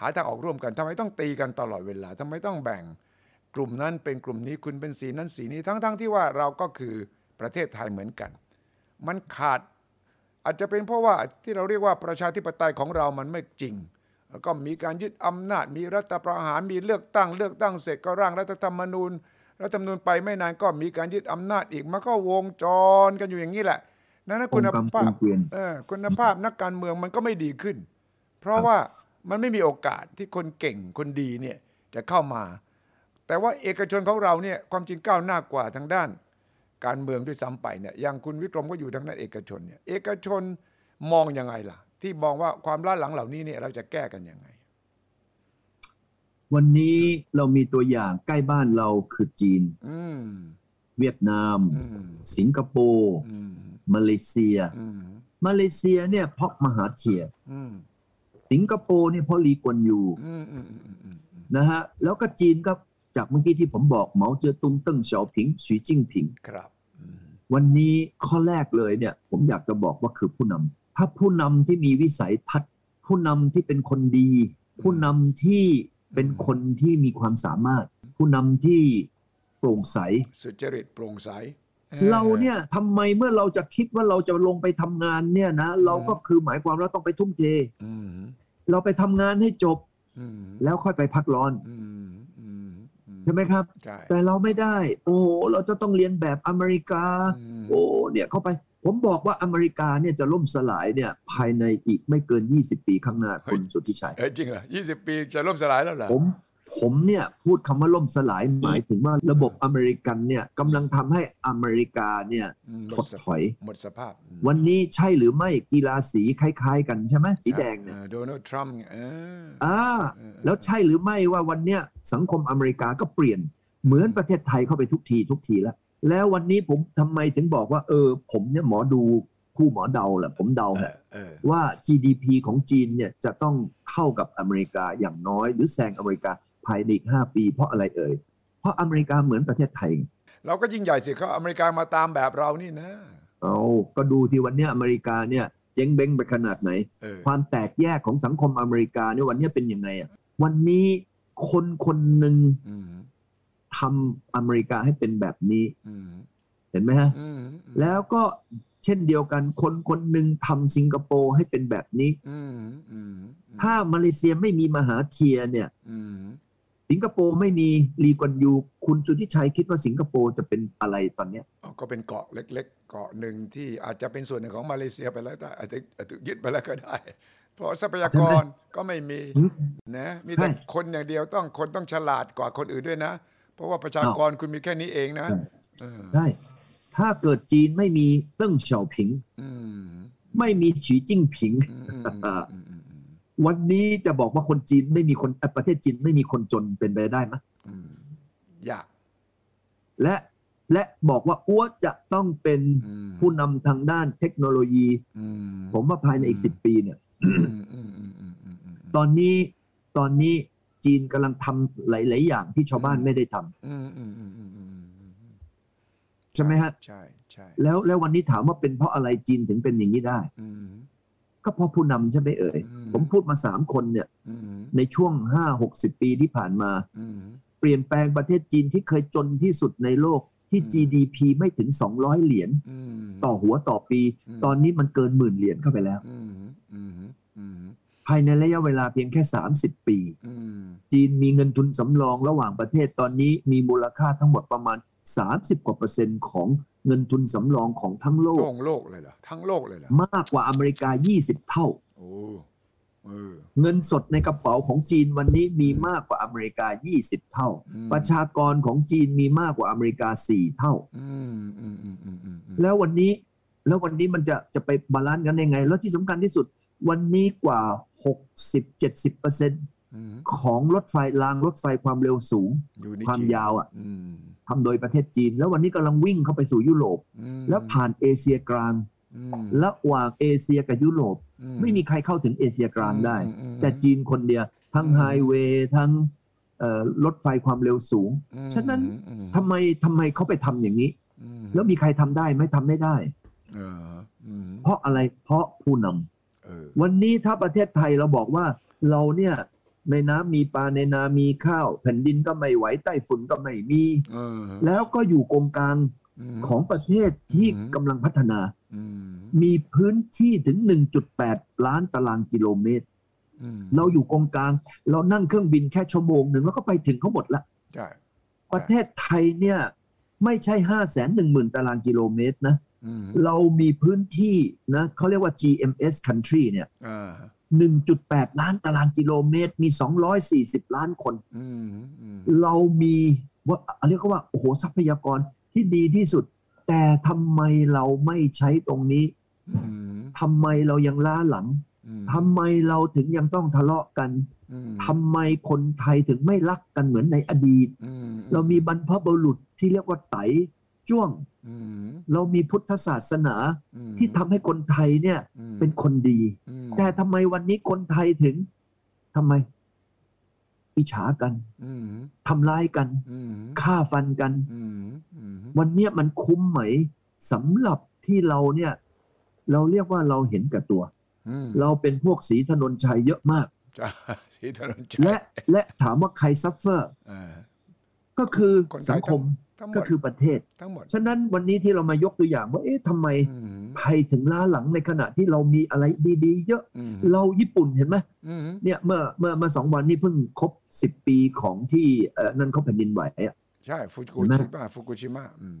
[SPEAKER 1] หาทางออกร่วมกันทำไมต้องตีกันตลอดเวลาทำไมต้องแบ่งกลุ่มนั้นเป็นกลุ่มนี้คุณเป็นสีนั้นสีนี้ทั้งๆทที่ว่าเราก็คือประเทศไทยเหมือนกัน มันขาด อาจจะเป็นเพราะว่าที่เราเรียกว่าประชาธิปไตยของเรามันไม่จริง แล้วก็มีการยึดอำนาจ มีรัฐประหาร มีเลือกตั้ง เลือกตั้งเสร็จก็ร่างรัฐธรรมนูญ รัฐธรรมนูญไปไม่นานก็มีการยึดอำนาจอีก มันก็วงจรกันอยู่อย่างนี้แหละ นั่นนะคุณ
[SPEAKER 2] กำ
[SPEAKER 1] ภาพ
[SPEAKER 2] เกวียน
[SPEAKER 1] เออคุณภาพนักการเมืองมันก็ไม่ดีขึ้น เพราะว่ามันไม่มีโอกาสที่คนเก่งคนดีเนี่ยจะเข้ามา แต่ว่าเอกชนของเราเนี่ยความจริงก้าวหน้ากว่าทางด้าน การเมืองด้วยซ้ำไปเนี่ยอย่างคุณวิกรมก็อยู่ทางด้านเอกชนเนี่ยเอกชนมองยังไงล่ะ ที่มองว่าความล้าหลังเหล่านี้เนี่ยเราจะแก้กันยังไง
[SPEAKER 2] วันนี้เรามีตัวอย่างใกล้บ้านเราคือจีน
[SPEAKER 1] อืม
[SPEAKER 2] เวียดนาม
[SPEAKER 1] อืม
[SPEAKER 2] สิงคโปร์
[SPEAKER 1] อืม
[SPEAKER 2] มาเลเซีย
[SPEAKER 1] อืม
[SPEAKER 2] มาเลเซียเนี่ยเพราะมหาเถีย
[SPEAKER 1] อืม
[SPEAKER 2] สิงคโปร์เนี่ยเพราะลีกวนยู
[SPEAKER 1] อืมอืมอืมอืมอืม
[SPEAKER 2] นะฮะแล้วก็จีนก็จากเมื่อกี้ที่ผมบอกเหมาเจ๋อตุงเติ้งเสี่ยวผิงสีจิ้งผิง
[SPEAKER 1] ครับอืม
[SPEAKER 2] วันนี้ข้อแรกเลยเนี่ย ผมอยากจะบอกว่าคือผู้นำถ้าผู้นำที่มีวิสัยทัศน์ ผู้นำที่เป็นคนดี ผู้นำที่เป็นคนที่มีความสามารถ ผู้นำที่โปร่งใส
[SPEAKER 1] สุจริตโปร่งใส
[SPEAKER 2] เราเนี่ยทำไมเมื่อเราจะคิดว่าเราจะลงไปทำงานเนี่ยนะเราก็คือหมายความเราต้องไปทุ่มเท
[SPEAKER 1] อืม
[SPEAKER 2] เราไปทำงานให้จบ
[SPEAKER 1] อืม
[SPEAKER 2] แล้วค่อยไปพักร้อน
[SPEAKER 1] อืมอืมอื
[SPEAKER 2] ใช่ไหมครับ
[SPEAKER 1] ใช่
[SPEAKER 2] แต่เราไม่ได้ โอ้เราจะต้องเรียนแบบอเมริกา
[SPEAKER 1] ม
[SPEAKER 2] โอ้เนี่ยเข้าไป ผมบอกว่าอเมริกาเนี่ยจะล่มสลายเนี่ยภายในอีกไม่เกิน 20 ปีข้างหน้าคุณสุทธิชัย
[SPEAKER 1] เอ้ยจริงเหรอยี่สิบปีจะล่มสลายแล้วเหรอ
[SPEAKER 2] ผมผมเนี่ยพูดคำว่าล่มสลายหมายถึงว่าระบบอเมริกันเนี่ยกำลังทำให้อเมริกาเนี่ย
[SPEAKER 1] อืม
[SPEAKER 2] ถ
[SPEAKER 1] หมด
[SPEAKER 2] ด
[SPEAKER 1] ส
[SPEAKER 2] ถอย
[SPEAKER 1] หมดสภาพอืม
[SPEAKER 2] วันนี้ใช่หรือไม่กีฬาสีคล้ายๆ กันใช่ไหมสีแดงเนี่ย
[SPEAKER 1] อ่าโดนัลด์ทรัมป์ไงเอออ
[SPEAKER 2] อ่า
[SPEAKER 1] เออ
[SPEAKER 2] แล้วใช่หรือไม่ว่าวันเนี้ยสังคมอเมริกาก็เปลี่ยนเหมือนประเทศไทยเข้าไปทุกทีทุกทีแล้ว แล้ววันนี้ผมทำไมถึงบอกว่า เออ ผมเนี่ยหมอดูคู่หมอเดาแหละผมเดาแหละ
[SPEAKER 1] เออ
[SPEAKER 2] ว่า GDP ของจีนเนี่ยจะต้องเท่ากับอเมริกาอย่างน้อย หรือแซงอเมริกาภายในอีก 5 ปี เพราะอะไรเอ่ย เพราะอเมริกาเหมือนประเทศไทย
[SPEAKER 1] เราก็ยิ่งใหญ่สิเขาอเมริกามาตามแบบเรานี่นะ
[SPEAKER 2] เอาก็ดูที่วันเนี้ยอเมริกาเนี่ยเจ๊งเบ้งไปขนาดไหน
[SPEAKER 1] เออ
[SPEAKER 2] ความแตกแยกของสังคมอเมริกาเนี่ยวันเนี้ยเป็นยังไงอะวันนี้คนคนหนึ่ง
[SPEAKER 1] อืม
[SPEAKER 2] ทำอเมริกาให้เป็นแบบนี้
[SPEAKER 1] อืม
[SPEAKER 2] เห็นไหมฮะ
[SPEAKER 1] อืม
[SPEAKER 2] แล้วก็เช่นเดียวกันคนคนหนึ่งทำสิงคโปร์ให้เป็นแบบนี้
[SPEAKER 1] อืมอืม
[SPEAKER 2] ถ้ามาเลเซียไม่มีมหาเทียเนี่ย
[SPEAKER 1] อืม
[SPEAKER 2] สิงคโปร์ไม่มีลีกวนยู คุณสุทธิชัยคิดว่าสิงคโปร์จะเป็นอะไรตอนเนี้ย
[SPEAKER 1] อ๋อก็เป็นเกาะเล็ก ๆ เกาะหนึ่งที่อาจจะเป็นส่วนหนึ่งของมาเลเซียไปแล้วได้อาจจะอาจจะยึดไปแล้วก็ได้ เพราะทรัพยากรก็ไม่มี
[SPEAKER 2] หึ
[SPEAKER 1] นะมีแต่
[SPEAKER 2] ใช่
[SPEAKER 1] คนอย่างเดียวต้องคนต้องฉลาดกว่าคนอื่นด้วยนะ เพราะว่าประชากรคุณมีแค่นี้เองนะ
[SPEAKER 2] ใช่
[SPEAKER 1] เออ
[SPEAKER 2] ได้ ถ้าเกิดจีนไม่มีเติ้งเฉาผิง
[SPEAKER 1] อืม
[SPEAKER 2] ไม่มีฉีจิ้งผิง
[SPEAKER 1] อืมอืมอืมอืมอืม
[SPEAKER 2] วันนี้จะบอกว่าคนจีนไม่มีคนเอ่อประเทศจีนไม่มีคนจนเป็นไปได้ไหมย
[SPEAKER 1] อืมอยาก
[SPEAKER 2] และและบอกว่าอ้วจะต้องเป็น
[SPEAKER 1] อืม
[SPEAKER 2] ผู้นำทางด้านเทคโนโลยี
[SPEAKER 1] อื
[SPEAKER 2] ผมว่าภายในอีกสิบปีเนี่ย
[SPEAKER 1] อืมอืมอืมอืมอืมอืม
[SPEAKER 2] ตอนนี้ตอนนี้จีนกำลังทำหลาย ๆ อย่างที่ชาวบ้านไม่ได้ท
[SPEAKER 1] อืมอืมอืมอืมอืมอืมอืม
[SPEAKER 2] ำใช่ไหมฮะ
[SPEAKER 1] ใช่ใช่
[SPEAKER 2] แล้วแล้ววันนี้ถามว่าเป็นเพราะอะไรจีนถึงเป็นอย่างนี้ได้
[SPEAKER 1] อืม
[SPEAKER 2] ก็เพราะผู้นำใช่ไหมเอ่ย
[SPEAKER 1] อื
[SPEAKER 2] ผมพูดมาสามคนเนี่ย
[SPEAKER 1] อืม
[SPEAKER 2] ในช่วงห้าหกสิบปีที่ผ่านมา
[SPEAKER 1] อืม
[SPEAKER 2] เปลี่ยนแปลงประเทศจีนที่เคยจนที่สุดในโลกที่
[SPEAKER 1] อืม
[SPEAKER 2] GDP ไม่ถึง 200 เหรียญ
[SPEAKER 1] อืม
[SPEAKER 2] ต่อหัวต่อปี
[SPEAKER 1] ม
[SPEAKER 2] ตอนนี้มันเกินหมื่นเหรียญเข้าไปแล้ว
[SPEAKER 1] อืมอืมอืม
[SPEAKER 2] ภายในระยะเวลาเพียงแค่ 30 ปี
[SPEAKER 1] อืม
[SPEAKER 2] จีนมีเงินทุนสำรองระหว่างประเทศตอนนี้มีมูลค่าทั้งหมดประมาณ 30กว่าเปอร์เซ็นต์ของเงินทุนสำรองของทั้งโลก
[SPEAKER 1] ทั้งโลกเลยเหรอทั้งโลกเลยเหรอ
[SPEAKER 2] มากกว่าอเมริกา 20 เท่า
[SPEAKER 1] โอ้เออ
[SPEAKER 2] เงินสดในกระเป๋าของจีนวันนี้มีมากกว่าอเมริกา 20 เท่า
[SPEAKER 1] อืม
[SPEAKER 2] ประชากรของจีนมีมากกว่าอเมริกา 4 เท่า
[SPEAKER 1] อืมอืมอืมอืมอืมอืม
[SPEAKER 2] แล้ววันนี้ แล้ววันนี้มันจะจะไปบาลานซ์กันยังไง แล้วที่สำคัญที่สุด วันนี้กว่า 60 70เปอร์เซ็นต์
[SPEAKER 1] อืม
[SPEAKER 2] ของรถไฟรางรถไฟความเร็วสูง
[SPEAKER 1] อยู่ใน
[SPEAKER 2] ความ
[SPEAKER 1] จีน
[SPEAKER 2] ยาวอ่ะ
[SPEAKER 1] อืม
[SPEAKER 2] ทำโดยประเทศจีน แล้ววันนี้กำลังวิ่งเข้าไปสู่ยุโรป
[SPEAKER 1] อืม
[SPEAKER 2] แล้วผ่านเอเชียกลาง
[SPEAKER 1] อืม
[SPEAKER 2] ระหว่างเอเชียกับยุโรป
[SPEAKER 1] อื
[SPEAKER 2] ไม่มีใครเข้าถึงเอเชียกลางได้
[SPEAKER 1] อืมอืม
[SPEAKER 2] แต่จีนคนเดียว ทั้งไฮเวย์ทั้งเอ่อรถไฟความเร็วสูง
[SPEAKER 1] อืม
[SPEAKER 2] ฉะนั้น
[SPEAKER 1] อืม
[SPEAKER 2] ทำไมทำไมเขาไปทำอย่างนี้
[SPEAKER 1] อืม
[SPEAKER 2] แล้วมีใครทำได้ไหม่ทำไม่ได้
[SPEAKER 1] เอออืม
[SPEAKER 2] เพราะอะไรเพราะผู้นำ
[SPEAKER 1] เออ
[SPEAKER 2] วันนี้ถ้าประเทศไทยเราบอกว่าเราเนี่ยในน้ำมีปลาในนามีข้าว แผ่นดินก็ไม่ไหวใต้ฝุ่นก็ไม่มี
[SPEAKER 1] เออ
[SPEAKER 2] แล้วก็อยู่กงกลาง
[SPEAKER 1] ม
[SPEAKER 2] ของประเทศที่
[SPEAKER 1] อืม
[SPEAKER 2] กำลังพัฒนา
[SPEAKER 1] อืม
[SPEAKER 2] มีพื้นที่ถึง 1.8 ล้านตารางกิโลเมตร
[SPEAKER 1] อืม
[SPEAKER 2] เราอยู่กงกลาง เรานั่งเครื่องบินแค่ชั่วโมงหนึ่งแล้วก็ไปถึงเขาหมดละ
[SPEAKER 1] ใช่
[SPEAKER 2] ประเทศไทยเนี่ยไม่ใช่ 5 1 0 0 0 0 ตารางกิโลเมตรนะ
[SPEAKER 1] อืม
[SPEAKER 2] เรามีพื้นที่นะเขาเรียกว่า GMS country เนี่ย
[SPEAKER 1] อ่า
[SPEAKER 2] 1.8 ล้านตารางกิโลเมตร มี 240 ล้านคน
[SPEAKER 1] อืมอืม
[SPEAKER 2] เรามีว่าเรียกว่า โอ้โห ทรัพยากรที่ดีที่สุด แต่ทำไมเราไม่ใช้ตรงนี้
[SPEAKER 1] อืม
[SPEAKER 2] ทำไมเรายังล้าหลัง
[SPEAKER 1] อืม
[SPEAKER 2] ทำไมเราถึงยังต้องทะเลาะกัน
[SPEAKER 1] อืม
[SPEAKER 2] ทำไมคนไทยถึงไม่รักกันเหมือนในอดีต
[SPEAKER 1] อืม
[SPEAKER 2] เรามีบรรพบุรุษที่เรียกว่าไตจ้วง
[SPEAKER 1] อืม
[SPEAKER 2] เรามีพุทธศาสนา
[SPEAKER 1] อืม
[SPEAKER 2] ที่ทำให้คนไทยเนี่ย
[SPEAKER 1] อืม
[SPEAKER 2] เป็นคนดี
[SPEAKER 1] อืม
[SPEAKER 2] แต่ทำไมวันนี้คนไทยถึงทำไมอิจฉากัน
[SPEAKER 1] อืม
[SPEAKER 2] ทำร้ายกัน
[SPEAKER 1] อืม
[SPEAKER 2] ฆ่าฟันกัน
[SPEAKER 1] อืมอืม
[SPEAKER 2] วันเนี้ยมันคุ้มไหมสำหรับที่เราเนี่ย เราเรียกว่าเราเห็นแกับตัว
[SPEAKER 1] อืม
[SPEAKER 2] เราเป็นพวกสีถนนชัยเยอะมาก
[SPEAKER 1] ใช่สีถนนชัย
[SPEAKER 2] และและถามว่าใครซัฟเฟอร์
[SPEAKER 1] อ่า
[SPEAKER 2] ก็คือ
[SPEAKER 1] คนไทย
[SPEAKER 2] สังคม
[SPEAKER 1] ทั้งหม
[SPEAKER 2] ก็
[SPEAKER 1] ด
[SPEAKER 2] คือประเทศ
[SPEAKER 1] ทั้งหมด
[SPEAKER 2] ฉะนั้นวันนี้ที่เรามายกตัวอย่างว่า เอ๊ะทำไม
[SPEAKER 1] อืม
[SPEAKER 2] ไทยถึงล้าหลังในขณะที่เรามีอะไรดีๆ เยอะ
[SPEAKER 1] อืม
[SPEAKER 2] เราญี่ปุ่นเห็นไหม
[SPEAKER 1] อืม
[SPEAKER 2] เนี่ยเมื่อเมื่อเมื่อสองวันนี้เพิ่งครบสิบปีของที่เอ่อนั่นเขาแผ่นดินไหวอะ
[SPEAKER 1] ใช่ฟุกุชิ
[SPEAKER 2] เห็นไหม
[SPEAKER 1] มะฟุกุชิมะอืม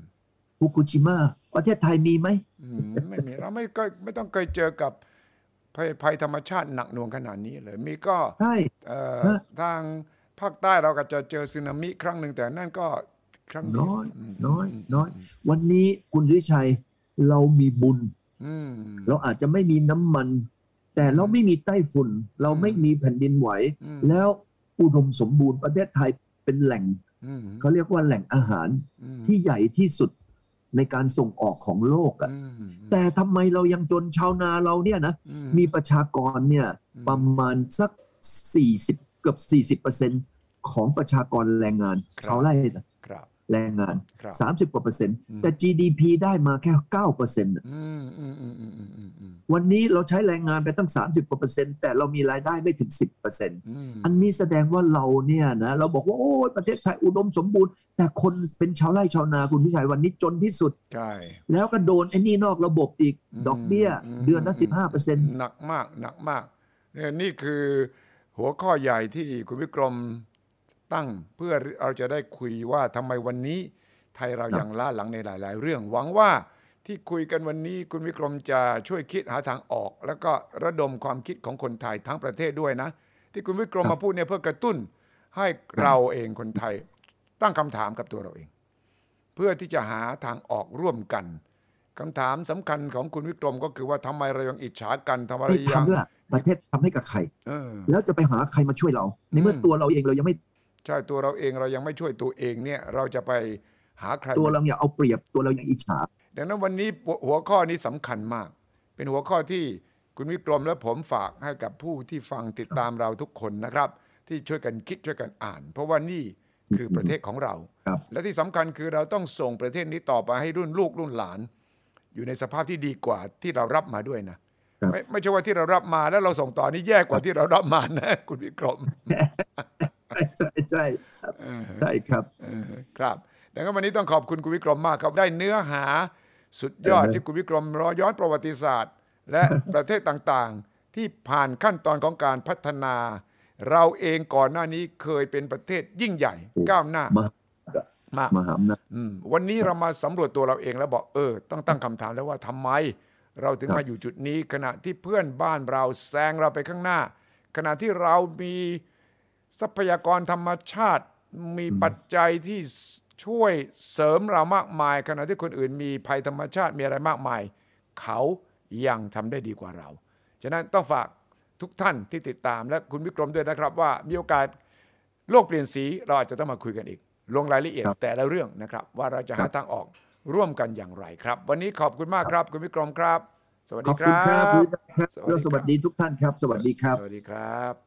[SPEAKER 2] ฟุกุชิมะประเทศไทยมีไหม
[SPEAKER 1] อืมไม่มีเราไม่เคยไม่ต้องเคยเจอกับภัยภัยธรรมชาติหนักหน่วงขนาดนี้เลยมีก็
[SPEAKER 2] ใช่
[SPEAKER 1] เอ่อ
[SPEAKER 2] ฮะ
[SPEAKER 1] ทางภาคใต้เราก็จะเจอสึนามิครั้งหนึ่งแต่นั่นก็ครั้งเดีว
[SPEAKER 2] น้อย
[SPEAKER 1] ม
[SPEAKER 2] น้อยน้อย วันนี้คุณวิชัยเรามีบุญ
[SPEAKER 1] อืม
[SPEAKER 2] เราอาจจะไม่มีน้ำมัน แต่เราไม่มีไต้ฝุ่น เราไม่มีแผ่นดินไหว
[SPEAKER 1] อืม
[SPEAKER 2] แล้วอุดมสมบูรณ์ประเทศไทยเป็นแหล่ง
[SPEAKER 1] อืม
[SPEAKER 2] เขาเรียกว่าแหล่งอาหาร
[SPEAKER 1] อืม
[SPEAKER 2] ที่ใหญ่ที่สุดในการส่งออกของโลกอะ
[SPEAKER 1] อืม
[SPEAKER 2] แต่ทำไมเรายังจนชาวนาเราเนี่ยนะ
[SPEAKER 1] อื
[SPEAKER 2] มีประชากรเนี่ย
[SPEAKER 1] อื
[SPEAKER 2] ประมาณสัก 40 เกือบ 40 ของประชากรแรงงานชาวไร่นะครับ แรงงาน
[SPEAKER 1] ครับ
[SPEAKER 2] 30 กว่าเปอร์เซ็นต์
[SPEAKER 1] อืม
[SPEAKER 2] แต่ GDP ได้มาแค่ 9เปอร์เซ็นต์
[SPEAKER 1] อืมอืมอืมอืมอืมอืมอืม
[SPEAKER 2] วันนี้เราใช้แรงงานไปตั้ง 30 กว่าเปอร์เซ็นต์ แต่เรามีรายได้ไม่ถึง 10เปอร์เซ็นต์
[SPEAKER 1] อืม
[SPEAKER 2] อันนี้แสดงว่าเราเนี่ยนะเราบอกว่าโอ้ยประเทศไทยอุดมสมบูรณ์ แต่คนเป็นชาวไร่ชาวนาคุณพิชัยวันนี้จนที่สุด
[SPEAKER 1] ใช่
[SPEAKER 2] แล้วก็โดนไอ้นี่นอกระบบอีก
[SPEAKER 1] อืม
[SPEAKER 2] ดอกเบี้ย
[SPEAKER 1] อืม
[SPEAKER 2] เดือนละ
[SPEAKER 1] อืม
[SPEAKER 2] สิบห้าเปอร์เซ็นต์
[SPEAKER 1] หนักมากหนักมากเนี่ยนี่คือหัวข้อใหญ่ที่คุณวิกรมตั้งเพื่อเราจะได้คุยว่าทำไมวันนี้ ไทยเรายังล้าหลังในหลาย ๆ เรื่อง หวังว่าที่คุยกันวันนี้คุณวิกรมจะช่วยคิดหาทางออก แล้วก็ระดมความคิดของคนไทยทั้งประเทศด้วยนะ ที่คุณวิกรมมาพูดเนี่ยเพื่อกระตุ้น ให้เราเองคนไทยตั้งคำถามกับตัวเราเอง เพื่อที่จะหาทางออกร่วมกันคำถามสำคัญของคุณวิกรมก็คือว่าทำไมเรายังอิจฉากันทำไม
[SPEAKER 2] ไม่
[SPEAKER 1] เรายัง
[SPEAKER 2] ทำละประเทศทำให้กับใคร
[SPEAKER 1] เออ
[SPEAKER 2] แล้วจะไปหาใครมาช่วยเรา ในเมื่ออ
[SPEAKER 1] ม
[SPEAKER 2] ตัวเราเองเรายังไม่
[SPEAKER 1] ใช่ตัวเราเองเรายังไม่ช่วยตัวเองเนี่ย เราจะไปหาใคร
[SPEAKER 2] ตัว
[SPEAKER 1] มา
[SPEAKER 2] เราอย่าเอาเปรียบตัวเรายังอิจฉา
[SPEAKER 1] ดังนั้นวันนี้หัวข้อนี้สำคัญมาก เป็นหัวข้อที่คุณวิกรมและผมฝากให้กับผู้ที่ฟังติดตามเราทุกคนนะครับ ที่ช่วยกันคิดช่วยกันอ่าน เพราะว่านี่คือประเทศของเรา
[SPEAKER 2] ครับ
[SPEAKER 1] และที่สำคัญคือเราต้องส่งประเทศนี้ต่อไปให้รุ่นลูกรุ่นหลาน อยู่ในสภาพที่ดีกว่าที่เรารับมาด้วยนะไม่ไม่ใช่ว่าที่เรารับมาแล้วเราส่งต่อนี่แย่กว่าที่เรารับมานะ คุณวิกรม
[SPEAKER 2] ใช่ใช่ใช่ใช่ครับ
[SPEAKER 1] เออครับแต่ก็วันนี้ต้องขอบคุณคุณวิกรมมากครับ ได้เนื้อหาสุดยอด
[SPEAKER 2] เออ
[SPEAKER 1] ที่คุณวิกรมรอย้อนประวัติศาสตร์ และ ประเทศต่างๆ ที่ผ่านขั้นตอนของการพัฒนา เราเองก่อนหน้านี้เคยเป็นประเทศยิ่งใหญ่ก้าวหน้า
[SPEAKER 2] มา
[SPEAKER 1] มา
[SPEAKER 2] มาหามนะ
[SPEAKER 1] อืมวันนี้เรามาสำรวจตัวเราเองแล้วบอกเออ ต้องตั้งคำถามแล้วว่าทำไม เราถึง
[SPEAKER 2] ครับ
[SPEAKER 1] มาอยู่จุดนี้ขณะที่เพื่อนบ้านเราแซงเราไปข้างหน้า ขณะที่เรามีทรัพยากรธรรมชาติ มีปัจจัยที่ช่วยเสริมเรามากมาย ขณะที่คนอื่นมีภัยธรรมชาติมีอะไรมากมาย เขายังทำได้ดีกว่าเรา ฉะนั้นต้องฝาก ทุกท่านที่ติดตามและคุณวิกรมด้วยนะครับ ว่ามีโอกาสโลกเปลี่ยนสีเราอาจจะต้องมาคุยกันอีก ลงรายละเอียด
[SPEAKER 2] ครับ
[SPEAKER 1] แต่ละเรื่องนะครับ ว่าเราจะหา
[SPEAKER 2] ครับ
[SPEAKER 1] ทางออกร่วมกันอย่างไรครับ วันนี้ขอบคุณมากครับ คุณวิกรมครับ สวัส
[SPEAKER 2] ข
[SPEAKER 1] ดี
[SPEAKER 2] อบ
[SPEAKER 1] ค
[SPEAKER 2] คุณ
[SPEAKER 1] รั
[SPEAKER 2] ครับ บคุณวิรัติครับ
[SPEAKER 1] สวัสดีครับ
[SPEAKER 2] แล้วสวัสดีทุกท่านครับ สวัสดีครับ
[SPEAKER 1] สวัสดีครับ